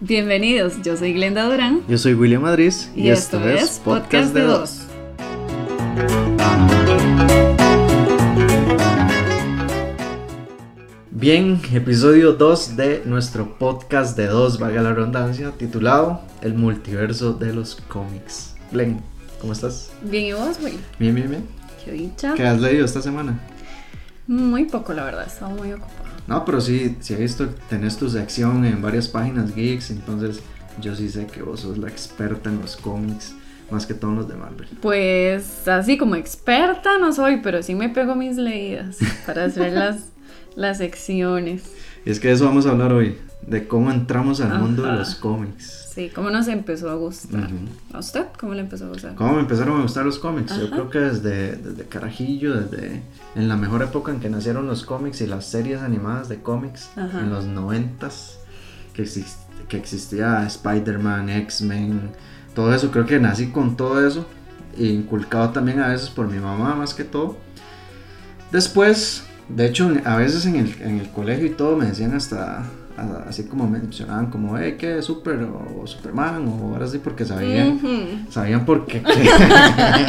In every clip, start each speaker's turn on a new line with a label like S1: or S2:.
S1: Bienvenidos, yo soy Glenda Durán.
S2: Yo soy William Madrid
S1: Y, esto, es Podcast de Dos.
S2: Bien, episodio 2 de nuestro podcast de dos, valga la redundancia, titulado El multiverso de los cómics. Glenn, ¿cómo estás?
S1: Bien, ¿y vos, güey?
S2: Bien, bien, bien.
S1: Qué dicha.
S2: ¿Qué has leído esta semana?
S1: Muy poco, la verdad, estaba muy ocupada.
S2: No, pero sí, sí he visto que tenés tu sección en varias páginas geeks, entonces yo sí sé que vos sos la experta en los cómics, más que todos los de Marvel.
S1: Pues así como experta no soy, pero sí me pego mis leídas para hacer las, las secciones.
S2: Y es que de eso vamos a hablar hoy, de cómo entramos al mundo de
S1: Ajá.
S2: los cómics.
S1: Sí, ¿cómo nos empezó a gustar?
S2: Ujú.
S1: ¿A usted cómo le empezó a gustar?
S2: ¿Cómo me empezaron a gustar los cómics? Yo
S1: Ajá.
S2: creo que desde, desde Carajillo, desde en la mejor época en que nacieron los cómics y las series animadas de cómics,
S1: Ajá.
S2: en los noventas, que, exis- que existía Spider-Man, X-Men, todo eso, creo que nací con todo eso, e inculcado también a veces por mi mamá más que todo. Después, de hecho, en- a veces en el, en el colegio y todo me decían hasta... a- Así como mencionaban, como, eh, que Super o Superman, o ahora sí, porque
S1: Mm.
S2: sabían,
S1: Ujú.
S2: Sabían por qué.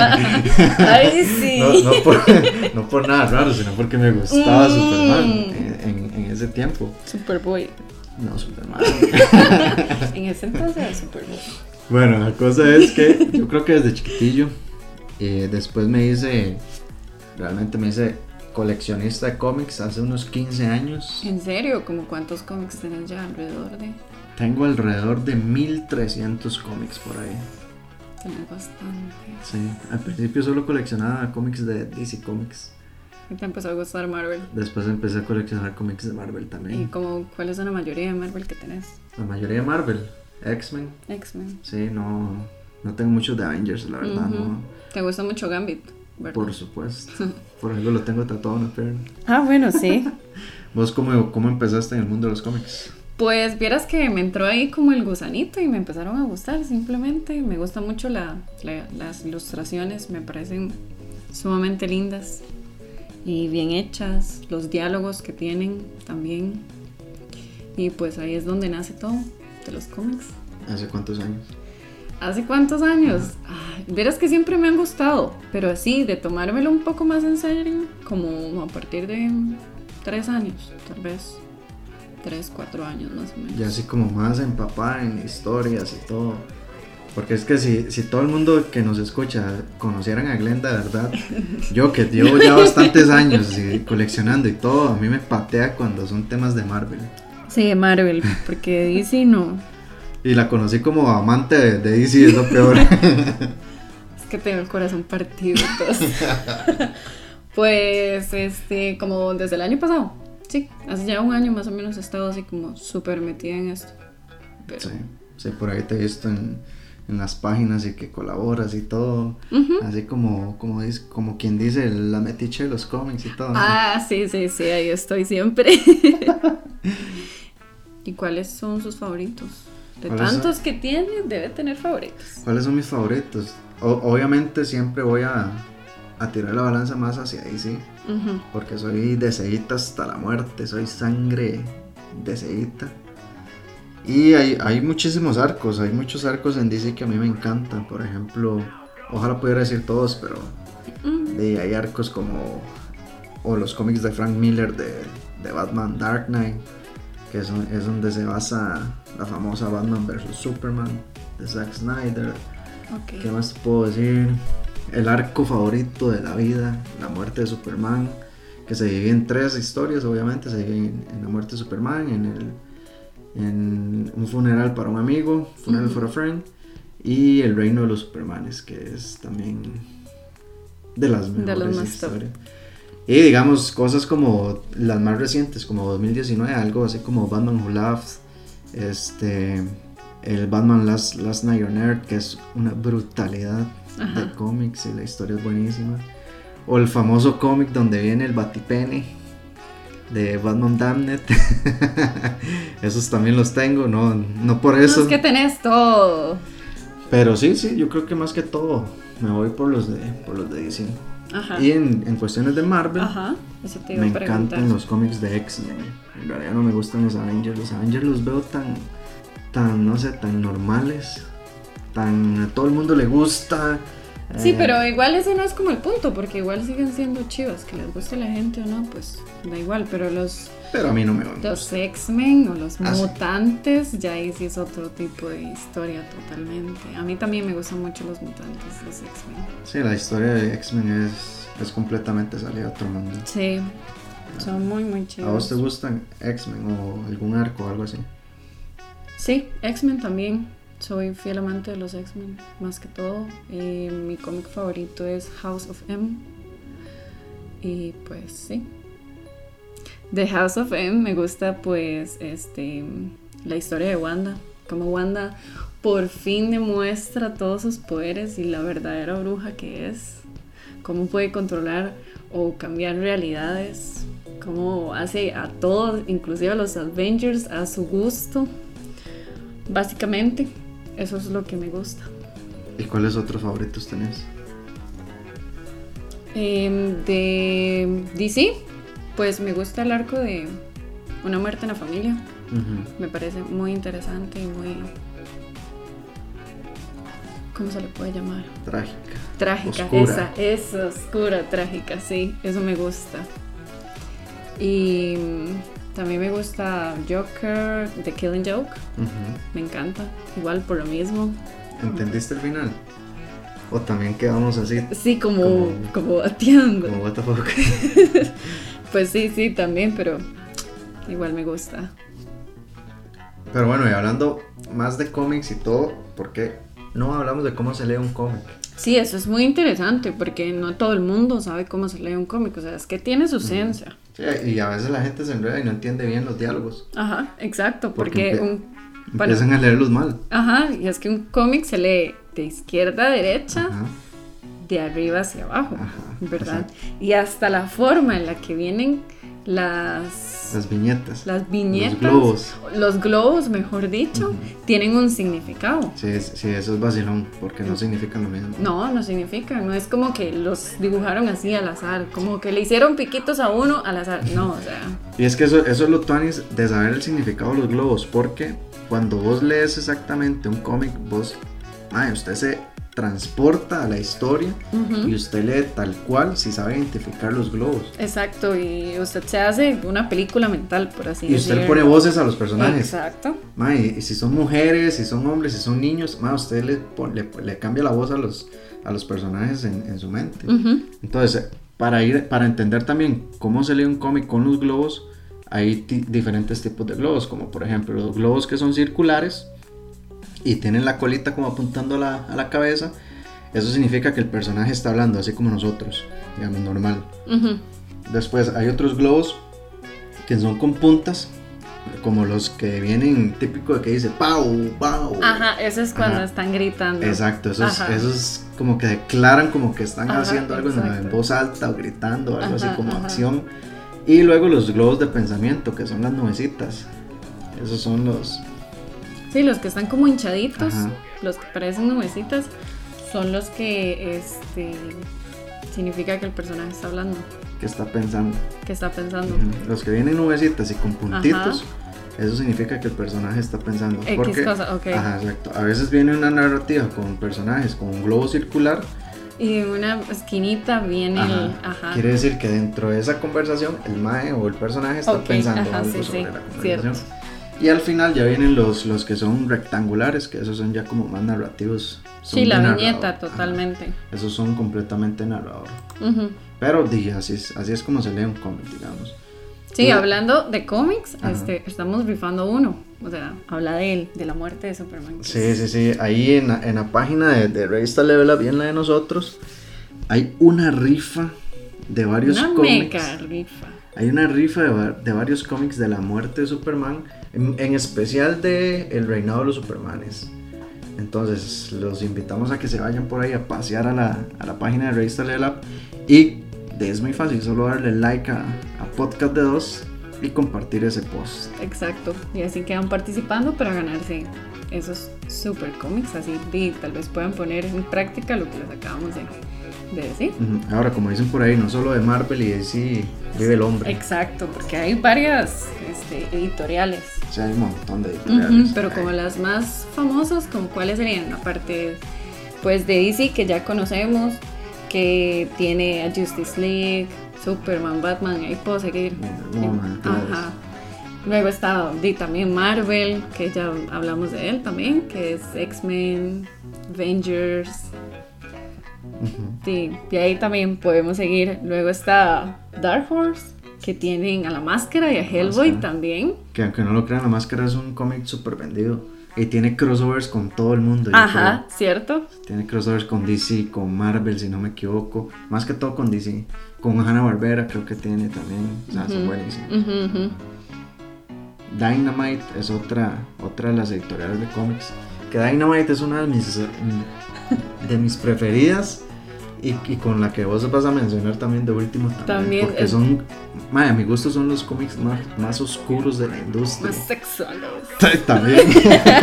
S1: Ay, sí.
S2: No, no por, no por nada raro, sino porque me gustaba
S1: Mm.
S2: Superman en, en- en ese tiempo.
S1: Superboy.
S2: No, Superman.
S1: En ese entonces era Superboy.
S2: bueno, la cosa es que yo creo que desde chiquitillo, eh, después me hice, realmente me hice coleccionista de cómics hace unos 15 años.
S1: ¿En serio? ¿Como cuántos cómics tenés ya alrededor de?
S2: Tengo alrededor de 1300 cómics por ahí.
S1: Tenés bastantes.
S2: Sí, al principio solo coleccionaba cómics de DC Comics.
S1: ¿Y te empezó a gustar Marvel?
S2: Después empecé a coleccionar cómics de Marvel también.
S1: ¿Y como cuáles son la mayoría de Marvel que tenés?
S2: La mayoría de Marvel, X-Men,
S1: X-Men.
S2: sí, no, no tengo muchos de Avengers, la verdad,
S1: Ujú.
S2: no.
S1: ¿Te gusta mucho Gambit? ¿verdad?
S2: Por supuesto. Por ejemplo, lo tengo tatuado en la pierna.
S1: Ah, bueno, sí.
S2: ¿Vos cómo, cómo empezaste en el mundo de los cómics?
S1: Pues vieras que me entró ahí como el gusanito y me empezaron a gustar simplemente. Me gusta mucho la- la- las ilustraciones, me parecen sumamente lindas y bien hechas, los diálogos que tienen también. Y pues ahí es donde nace todo de los cómics.
S2: ¿Hace cuántos años?
S1: ¿Hace cuántos años? Ay, Vieras que siempre me han gustado, pero así, de tomármelo un poco más en serio, como a partir de tres años, tal vez. Tres, cuatro años más o menos.
S2: Ya así como más empapada en historias y todo. Porque es que si, si todo el mundo que nos escucha conocieran a Glenda, de verdad, yo que llevo ya bastantes años y coleccionando y todo, a mí me patea cuando son temas de Marvel.
S1: Sí, de Marvel, porque DC no.
S2: Y la conocí como amante de, de DC, es lo peor.
S1: Es que tengo el corazón partido. entonces. pues, este, como desde el año pasado. Sí, hace ya un año más o menos he estado así como súper metida en esto. Pero,
S2: Sí, sí, por ahí te he visto en, en las páginas y que colaboras y todo.
S1: Ujú.
S2: Así como, como, dice- como quien dice la metiche de los cómics y todo. ¿no?
S1: Ah, sí, sí, sí, ahí estoy siempre. ¿Y cuáles son sus favoritos? De
S2: ¿Cuáles son?
S1: tantos que tiene, debe tener favoritos.
S2: ¿Cuáles son mis favoritos? O- obviamente siempre voy a, a tirar la balanza más hacia ahí, sí.
S1: Ujú.
S2: Porque soy deseíta hasta la muerte, soy sangre deseíta. Y hay, hay muchísimos arcos, hay muchos arcos en DC que a mí me encantan. Por ejemplo, ojalá pudiera decir todos, pero
S1: Mm,
S2: De, hay arcos como. O los cómics de Frank Miller de, de Batman Dark Knight, que es, un- es donde se basa la famosa Batman vs Superman de Zack Snyder.
S1: ok.
S2: ¿Qué más te puedo decir? El arco favorito de la vida, la muerte de Superman, que se divide en tres historias, obviamente. Se divide en, en la muerte de Superman, en, el, en un funeral para un amigo, Funeral for a Friend, y el reino de los Supermanes, que es también de las
S1: De los
S2: mejores
S1: más top.
S2: historias. Y digamos, cosas como las más recientes, como 2019, algo así como Batman Who Laughs, este, el Batman Last, Last Night on Earth, que es una brutalidad de
S1: Ajá.
S2: cómics y la historia es buenísima. O el famoso cómic donde viene el Batipene de Batman Damned. Esos también los tengo, no, no por
S1: No,
S2: eso.
S1: es que tenés todo.
S2: Pero sí, sí, yo creo que más que todo me voy por los de, por los de DC.
S1: Ajá.
S2: Y en, en cuestiones de Marvel,
S1: Ah. Ajá. Eso te iba
S2: me
S1: a preguntar.
S2: encantan los cómics de X-Men. En realidad no me gustan los Avengers. Los Avengers los veo tan, tan, no sé, tan normales. Tan, a todo el mundo le gusta.
S1: Sí,
S2: eh,
S1: pero igual ese no es como el punto, porque igual siguen siendo chivas, que les guste la gente o no, pues da igual, pero los,
S2: Pero a mí no me van.
S1: los X-Men o los
S2: Ah, sí.
S1: mutantes, ya ahí sí es otro tipo de historia totalmente. A mí también me gustan mucho los mutantes, los X-Men.
S2: Sí, la historia de X-Men es, es completamente salida a otro mundo.
S1: Sí, son muy, muy
S2: ¿A vos te
S1: chidos.
S2: gustan X-Men o algún arco o algo así?
S1: Sí, X-Men también. Soy fiel amante de los X-Men, más que todo. Y mi cómic favorito es House of M. Y pues sí. De House of M me gusta pues este la historia de Wanda. Como Wanda por fin demuestra todos sus poderes y la verdadera bruja que es. Cómo puede controlar o cambiar realidades. Cómo hace a todos, inclusive a los Avengers, a su gusto. Básicamente, eso es lo que me gusta.
S2: ¿Y cuáles otros favoritos tenés?
S1: Em, de DC, pues me gusta el arco de Una muerte en la familia.
S2: Ujú.
S1: Me parece muy interesante y muy... ¿Cómo se le puede llamar?
S2: Trágica.
S1: Trágica,
S2: Oscura.
S1: esa, es oscura, trágica, sí, eso me gusta. Y mm, también me gusta Joker, The Killing Joke,
S2: Ujú.
S1: me encanta, igual por lo mismo,
S2: ¿Entendiste el final? ¿O también quedamos así?
S1: Sí, como,
S2: Como-
S1: como bateando.
S2: Como, what the fuck?
S1: Pues sí, sí, también, pero igual me gusta.
S2: Pero bueno, y hablando más de cómics y todo, ¿por qué no hablamos de cómo se lee un cómic?
S1: Sí, eso es muy interesante porque no todo el mundo sabe cómo se lee un cómic, o sea, es que tiene su ciencia.
S2: Sí, y a veces la gente se enreda y no entiende bien los diálogos.
S1: Ajá, exacto, porque
S2: Porque empe-
S1: un... Bueno,
S2: Empiezan a leerlos mal.
S1: ajá, y es que un cómic se lee de izquierda a derecha,
S2: Ajá.
S1: de arriba hacia abajo,
S2: Ajá,
S1: ¿verdad? Y hasta la forma en la que vienen las...
S2: Las viñetas.
S1: Las viñetas,
S2: globos.
S1: los globos, mejor dicho, tienen un significado.
S2: Sí, es- sí, eso es vacilón, porque no significan lo mismo.
S1: No, no significa, no es como que los dibujaron así al azar, como que le hicieron piquitos a uno al azar, no, o sea,
S2: Y es que eso, eso es lo tuanis de saber el significado de los globos, porque cuando vos lees exactamente un cómic, vos, ay, usted se transporta a la historia
S1: ujú,
S2: y usted lee tal cual si sabe identificar los globos.
S1: exacto, y usted se hace una película mental, por así
S2: Y usted le
S1: decirlo.
S2: pone voces a los personajes.
S1: Exacto,
S2: Ma, y, y si son mujeres, si son hombres, si son niños, ma, usted le, pon- le, le cambia la voz a los, a los personajes en, en su mente.
S1: ujú,
S2: Entonces, para, ir, para entender también cómo se lee un cómic con los globos, hay ti- diferentes tipos de globos, como por ejemplo los globos que son circulares y tienen la colita como apuntando a la, a la cabeza. Eso significa que el personaje está hablando así como nosotros, digamos, normal.
S1: ujú,
S2: Después hay otros globos que son con puntas, como los que vienen típico de que dice pau, pau.
S1: ajá, eso es cuando
S2: Ajá.
S1: están gritando.
S2: Exacto, esos,
S1: Ajá.
S2: esos como que declaran como que están
S1: Ajá,
S2: haciendo algo en- en
S1: exacto.
S2: voz alta o gritando, algo así
S1: Ajá,
S2: como
S1: ajá.
S2: acción. Y luego los globos de pensamiento, que son las nubecitas. Esos son los...
S1: Sí, los que están como hinchaditos,
S2: Ajá.
S1: los que parecen nubecitas, son los que, este, significa que el personaje está hablando,
S2: que está pensando.
S1: que está pensando.
S2: Ujú. Los que vienen nubecitas y con puntitos, eso significa que el personaje está pensando.
S1: X cosa, ok.
S2: Ajá, exacto. A veces viene una narrativa con personajes con un globo circular.
S1: Y en una esquinita viene el.
S2: Ajá.
S1: Ajá.
S2: Quiere decir que dentro de esa conversación, el mae o el personaje está
S1: Ok,
S2: pensando
S1: ajá,
S2: algo
S1: sí,
S2: sobre
S1: sí,
S2: la
S1: cierto.
S2: conversación. Y al final ya vienen los, los que son rectangulares, que esos son ya como más narrativos. son
S1: Sí, la
S2: de
S1: viñeta,
S2: narrador, ajá.
S1: totalmente.
S2: Esos son completamente narrador.
S1: Ujú.
S2: Pero di, así es, así es como se lee un cómic, digamos.
S1: Sí,
S2: Y-
S1: hablando de cómics,
S2: Ajá.
S1: este, estamos rifando uno. O sea, habla de él, de la muerte de Superman. que
S2: Sí,
S1: es-
S2: sí, sí. Ahí en la, en la página de, de Revista Level Up y en la de nosotros, hay una rifa de varios
S1: Una
S2: cómics.
S1: mega rifa.
S2: Hay una rifa de, va- de varios cómics de la muerte de Superman, en, en especial de El Reinado de los Supermanes. Entonces, los invitamos a que se vayan por ahí a pasear a la, a la página de Revista Level Up. Y es muy fácil, solo darle like a, a Podcast de Dos y compartir ese post.
S1: Exacto. Y así quedan participando para ganarse esos super cómics, así y tal vez puedan poner en práctica lo que les acabamos de, de decir.
S2: Ujú. Ahora, como dicen por ahí, no solo de Marvel y DC vive el hombre.
S1: Exacto, porque hay varias este, editoriales.
S2: O sea, hay un montón de
S1: Ujú,
S2: editoriales.
S1: pero como las más famosas, como cuáles serían, aparte pues de DC que ya conocemos, que tiene a Justice League, Superman, Batman, ahí puedo seguir.
S2: Wonder Woman, todo
S1: Ajá. Luego está di, también Marvel, que ya hablamos de él también, que es X-Men, Avengers,
S2: Ujú.
S1: Sí, y ahí también podemos seguir. Luego está Dark Horse, que tienen a la máscara y a Hellboy
S2: Máscara.
S1: también.
S2: Que aunque no lo crean, la máscara es un cómic súper vendido. Y tiene crossovers con todo el mundo. yo
S1: Ajá, ¿cierto?
S2: creo. Tiene crossovers con DC, con Marvel, si no me equivoco. Más que todo con DC. Con Hanna Barbera creo que tiene también. O sea, son
S1: Ujú.
S2: buenísimos.
S1: Ujú, ujú.
S2: Dynamite es otra, otra de las editoriales de cómics. Que Dynamite es una de mis, de mis preferidas y, y con la que vos vas a mencionar también de último también.
S1: También
S2: porque
S1: es-
S2: son, madre, a mi gusto son los cómics más, más oscuros de la industria.
S1: Más sexuales.
S2: También.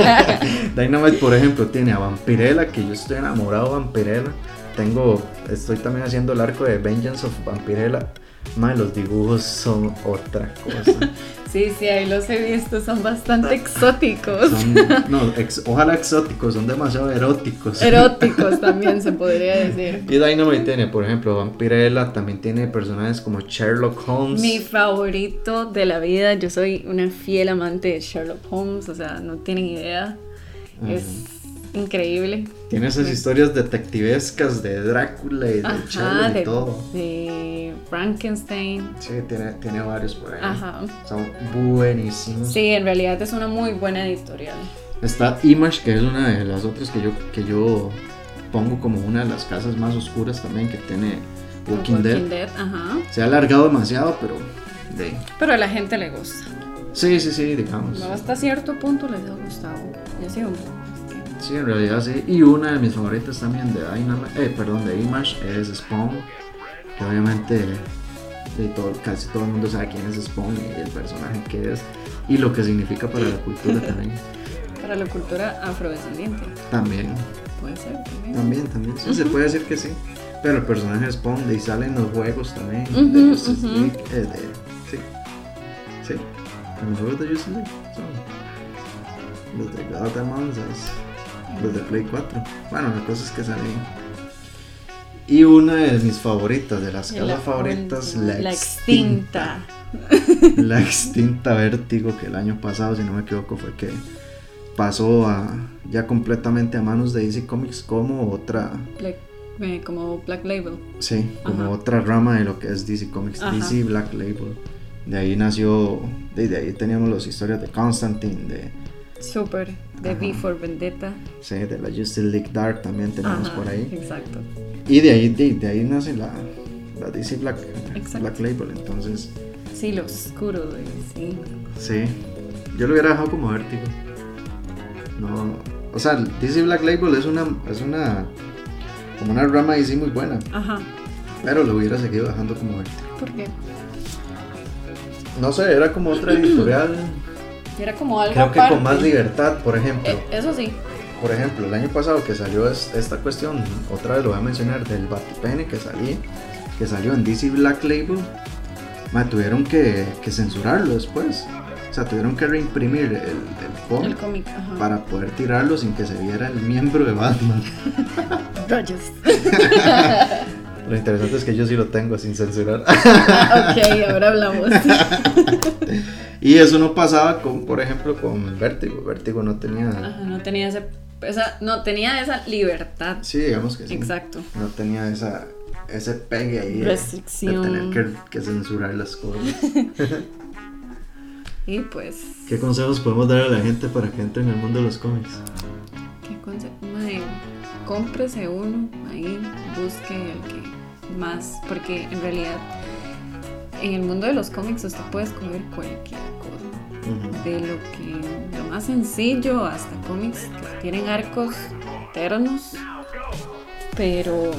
S2: Dynamite, por ejemplo, tiene a Vampirella, que yo estoy enamorado de Vampirella. Tengo, estoy también haciendo el arco de Vengeance of Vampirella. Madre, los dibujos son otra cosa.
S1: Sí, sí, ahí los he visto, son bastante exóticos.
S2: Son- no, ex- ojalá exóticos, son demasiado eróticos.
S1: Eróticos también se podría decir.
S2: y Dynamite tiene, por ejemplo, Vampirella, también tiene personajes como Sherlock Holmes.
S1: Mi favorito de la vida, yo soy una fiel amante de Sherlock Holmes, o sea, no tienen idea. Es increíble.
S2: Tiene esas historias detectivescas de Drácula y de Sherlock y
S1: de,
S2: todo.
S1: de Frankenstein.
S2: Sí, tiene, tiene varios por ahí.
S1: Ajá.
S2: Son buenísimos.
S1: Sí, en realidad es una muy buena editorial.
S2: Está Image, que es una de las otras que yo, que yo pongo como una de las casas más oscuras también que tiene Walking, Dead.
S1: ajá.
S2: Se ha alargado demasiado, pero... De...
S1: Pero a la gente le gusta.
S2: Sí, sí, sí, digamos.
S1: No, hasta cierto punto les ha gustado. Y así un este,
S2: Sí, en realidad sí. Y una de mis favoritas también de Dynamite, eh, perdón, de Image es Spawn. Que obviamente de todo, casi todo el mundo sabe quién es Spawn y el personaje que es. Y lo que significa para la cultura también.
S1: Para la cultura afrodescendiente.
S2: También,
S1: Puede ser también.
S2: también, también. Sí, se puede decir que sí. Pero el personaje de Spawn de ahí sale en los juegos también. de
S1: Ujú,
S2: Justice
S1: ujú.
S2: League, eh, de- sí. Sí. En los juegos de Justice League son los de God Among Us. Los de Play 4. Bueno, la cosa es que salen. Y una de mis favoritas, de las
S1: Y
S2: casas
S1: la
S2: favoritas,
S1: última,
S2: la,
S1: la
S2: extinta.
S1: extinta.
S2: La extinta Vértigo, que el año pasado, si no me equivoco, fue que pasó a, ya completamente a manos de DC Comics como otra,
S1: Black- eh, como Black Label.
S2: sí, como
S1: Ajá.
S2: otra rama de lo que es DC Comics,
S1: Ajá.
S2: DC Black Label. De ahí nació, de, de ahí teníamos las historias de Constantine, de,
S1: Super. De
S2: Ajá.
S1: V for Vendetta.
S2: sí, de la Justice League Dark también teníamos
S1: Ajá,
S2: por ahí.
S1: Exacto.
S2: Y de ahí, de, de ahí nace la, la DC Black, eh,
S1: Exacto.
S2: Black Label. Entonces,
S1: Sí, lo oscuro. de- sí.
S2: sí. Yo lo hubiera dejado como vértigo. No. O sea, DC Black Label es una. Es una como una rama DC muy buena.
S1: Ajá.
S2: Pero lo hubiera seguido dejando como vértigo.
S1: ¿Por qué?
S2: No sé, era como otra editorial.
S1: Era como algo
S2: creo que
S1: aparte.
S2: con más libertad, por ejemplo.
S1: Eh, eso sí.
S2: Por ejemplo, el año pasado que salió es- esta cuestión, otra vez lo voy a mencionar, del Batipene que salí, que salió en DC Black Label, ma, tuvieron que, que censurarlo después. O sea, tuvieron que reimprimir el, el
S1: El
S2: cómic
S1: cómic. Ajá.
S2: para poder tirarlo sin que se viera el miembro de Batman.
S1: Rayos.
S2: Lo interesante es que yo sí lo tengo sin censurar.
S1: ok, ahora hablamos.
S2: y eso no pasaba con, por ejemplo, con Vértigo. Vértigo no tenía...
S1: Ajá, no tenía ese- esa, no tenía esa libertad.
S2: Sí, digamos que sí.
S1: Exacto.
S2: No tenía esa, ese pegue ahí de-
S1: Restricción.
S2: de tener que- que censurar las cosas.
S1: Y pues,
S2: ¿Qué consejos podemos dar a la gente para que entre en el mundo de los cómics?
S1: qué conse- mae, cómprese uno ahí, busque el que más, porque en realidad en el mundo de los cómics usted puede escoger cualquier cosa, de lo que lo más sencillo hasta cómics que tienen arcos eternos, pero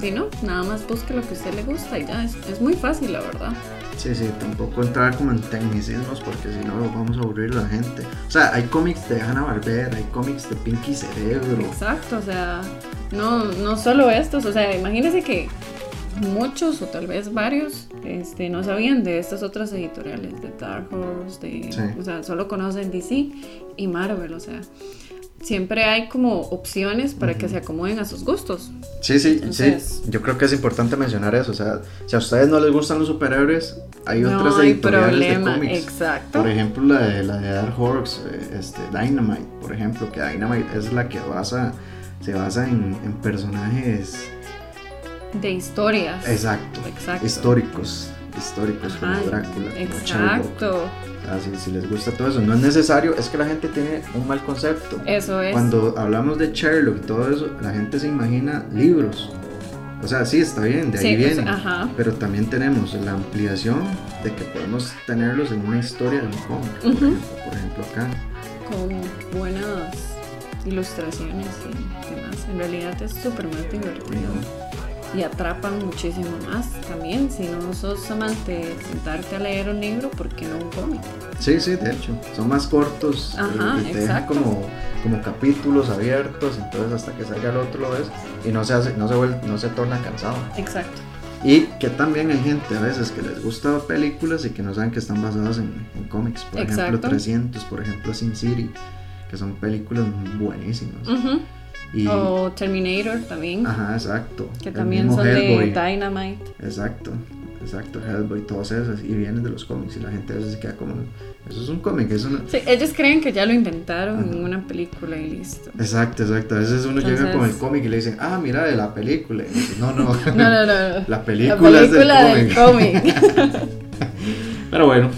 S1: Si no, nada más busque lo que a usted le gusta y ya es, es muy fácil, la verdad.
S2: Sí, sí, tampoco entrar como en tecnicismos porque si no lo vamos a aburrir la gente. O sea, hay cómics de Hanna Barbera, hay cómics de Pinky Cerebro.
S1: Exacto, o sea, no, no solo estos, o sea, imagínense que muchos o tal vez varios este, no sabían de estas otras editoriales, de Dark Horse, de,
S2: Sí.
S1: o sea, solo conocen DC y Marvel, o sea, siempre hay como opciones para que se acomoden a sus gustos.
S2: Sí, sí,
S1: Entonces-
S2: sí. Yo creo que es importante mencionar eso. O sea, si a ustedes no les gustan los superhéroes, hay
S1: no
S2: otras
S1: hay
S2: editoriales
S1: problema,
S2: de cómics.
S1: exacto.
S2: Por ejemplo, la de, la de Dark Horse, eh, este, Dynamite, por ejemplo, que Dynamite es la que basa, se basa en, en personajes
S1: De historias.
S2: exacto,
S1: Exacto.
S2: históricos, históricos
S1: Ajá,
S2: pues, como Drácula, como Sherlock.
S1: exacto.
S2: Así, si les gusta todo eso, no es necesario, es que la gente tiene un mal concepto.
S1: Eso es.
S2: Cuando hablamos de Sherlock y todo eso, la gente se imagina libros. O sea, sí, está bien, de ahí
S1: Sí, o sea,
S2: viene.
S1: ajá.
S2: Pero también tenemos la ampliación de que podemos tenerlos en una historia de un cómic. por
S1: Ujú.
S2: ejemplo, por ejemplo, acá.
S1: con buenas ilustraciones y demás. En realidad es súper más divertido y atrapan muchísimo más también. Si no sos amante de sentarte a leer un libro, ¿por qué no un cómic?
S2: Sí, sí, de hecho. Son más cortos. eh,
S1: Ajá,
S2: y te dejan
S1: exacto.
S2: como, como capítulos abiertos. Entonces hasta que salga el otro lo ves. Y no se hace, no se vuelve, no se torna cansado.
S1: Exacto.
S2: Y que también hay gente a veces que les gusta películas y que no saben que están basadas en, en cómics. Por
S1: Exacto.
S2: ejemplo, 300, por ejemplo, Sin City, que son películas buenísimas. Y,
S1: O Terminator también,
S2: Ajá, exacto.
S1: Mm, oh. que
S2: El
S1: también
S2: mismo
S1: son de
S2: Hellboy.
S1: Dynamite.
S2: Exacto, exacto, Hellboy, todas esas. Y vienen de los cómics y la gente a veces se queda como, eso es un cómic, es una...
S1: Sí, ellos creen que ya lo inventaron en
S2: Ajá.
S1: una película y listo.
S2: Exacto, exacto. A veces uno llega
S1: Entonces-
S2: con el cómic y le dicen, ah, mira, de la película. Y dice, no, no,
S1: No, no, no.
S2: la
S1: La
S2: película,
S1: película
S2: es del
S1: del
S2: cómic.
S1: cómic.
S2: Pero bueno,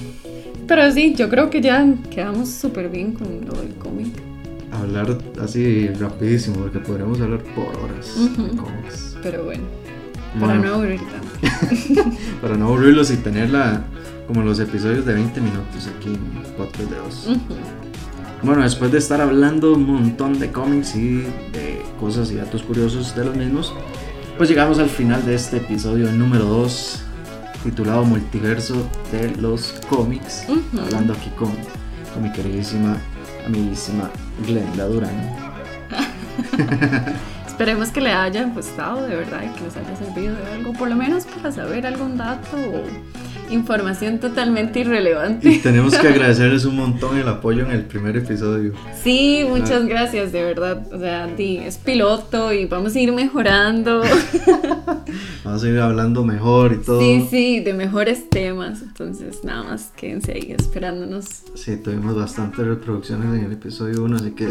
S1: Pero sí, yo creo que ya quedamos súper bien con lo del cómic.
S2: hablar así rapidísimo, porque podríamos hablar por horas
S1: Ujú.
S2: de cómics.
S1: Pero bueno, para
S2: Bueno,
S1: no aburrir tanto.
S2: para no aburrirlos y tener la, como los episodios de 20 minutos aquí en Podcast de Dos.
S1: Ujú.
S2: Bueno, después de estar hablando un montón de cómics y de cosas y datos curiosos de los mismos, pues llegamos al final de este episodio número 2, titulado Multiverso de los cómics.
S1: Ujú.
S2: Hablando aquí con, con mi queridísima, amiguísima Glenda Durán.
S1: Esperemos que le hayan gustado de verdad y que les haya servido de algo, por lo menos para saber algún dato o información totalmente irrelevante.
S2: Y tenemos que agradecerles un montón el apoyo en el primer episodio.
S1: Sí, muchas gracias, de verdad. O sea, di, es piloto y vamos a ir mejorando.
S2: Vamos a ir hablando mejor y todo.
S1: Sí, sí, de mejores temas. Entonces, nada más quédense ahí esperándonos.
S2: Sí, tuvimos bastantes reproducciones en el episodio 1, así que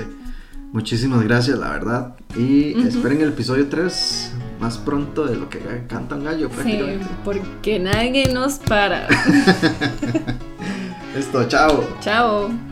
S2: muchísimas gracias, la verdad. Y esperen el episodio 3 más pronto de lo que canta un gallo
S1: Sí,
S2: prácticamente.
S1: porque nadie nos para.
S2: Esto, chao.
S1: Chao.